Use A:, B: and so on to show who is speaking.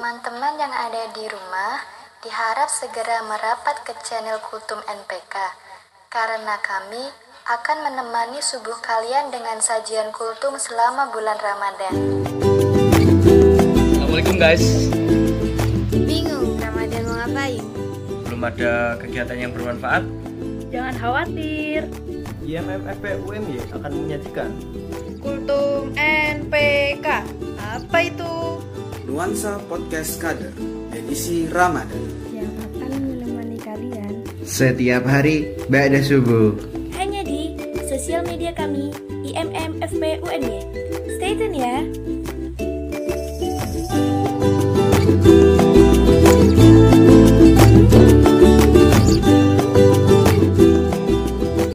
A: yang ada di rumah diharap segera merapat ke channel Kultum NPK karena kami akan menemani subuh kalian dengan sajian kultum selama bulan Ramadan.
B: Assalamualaikum guys
C: Bingung Ramadan mau ngapain?
B: Belum ada kegiatan yang bermanfaat
D: Jangan khawatir.
E: IMMFP UMY akan menyajikan
C: Kultum NPK. Apa itu?
F: Nuansa Podcast Kader, edisi Ramadan.
D: Yang akan menemani kalian.
F: Setiap hari, ba'da subuh.
D: Hanya di sosial media kami, IMMFP UNY. Stay tune ya.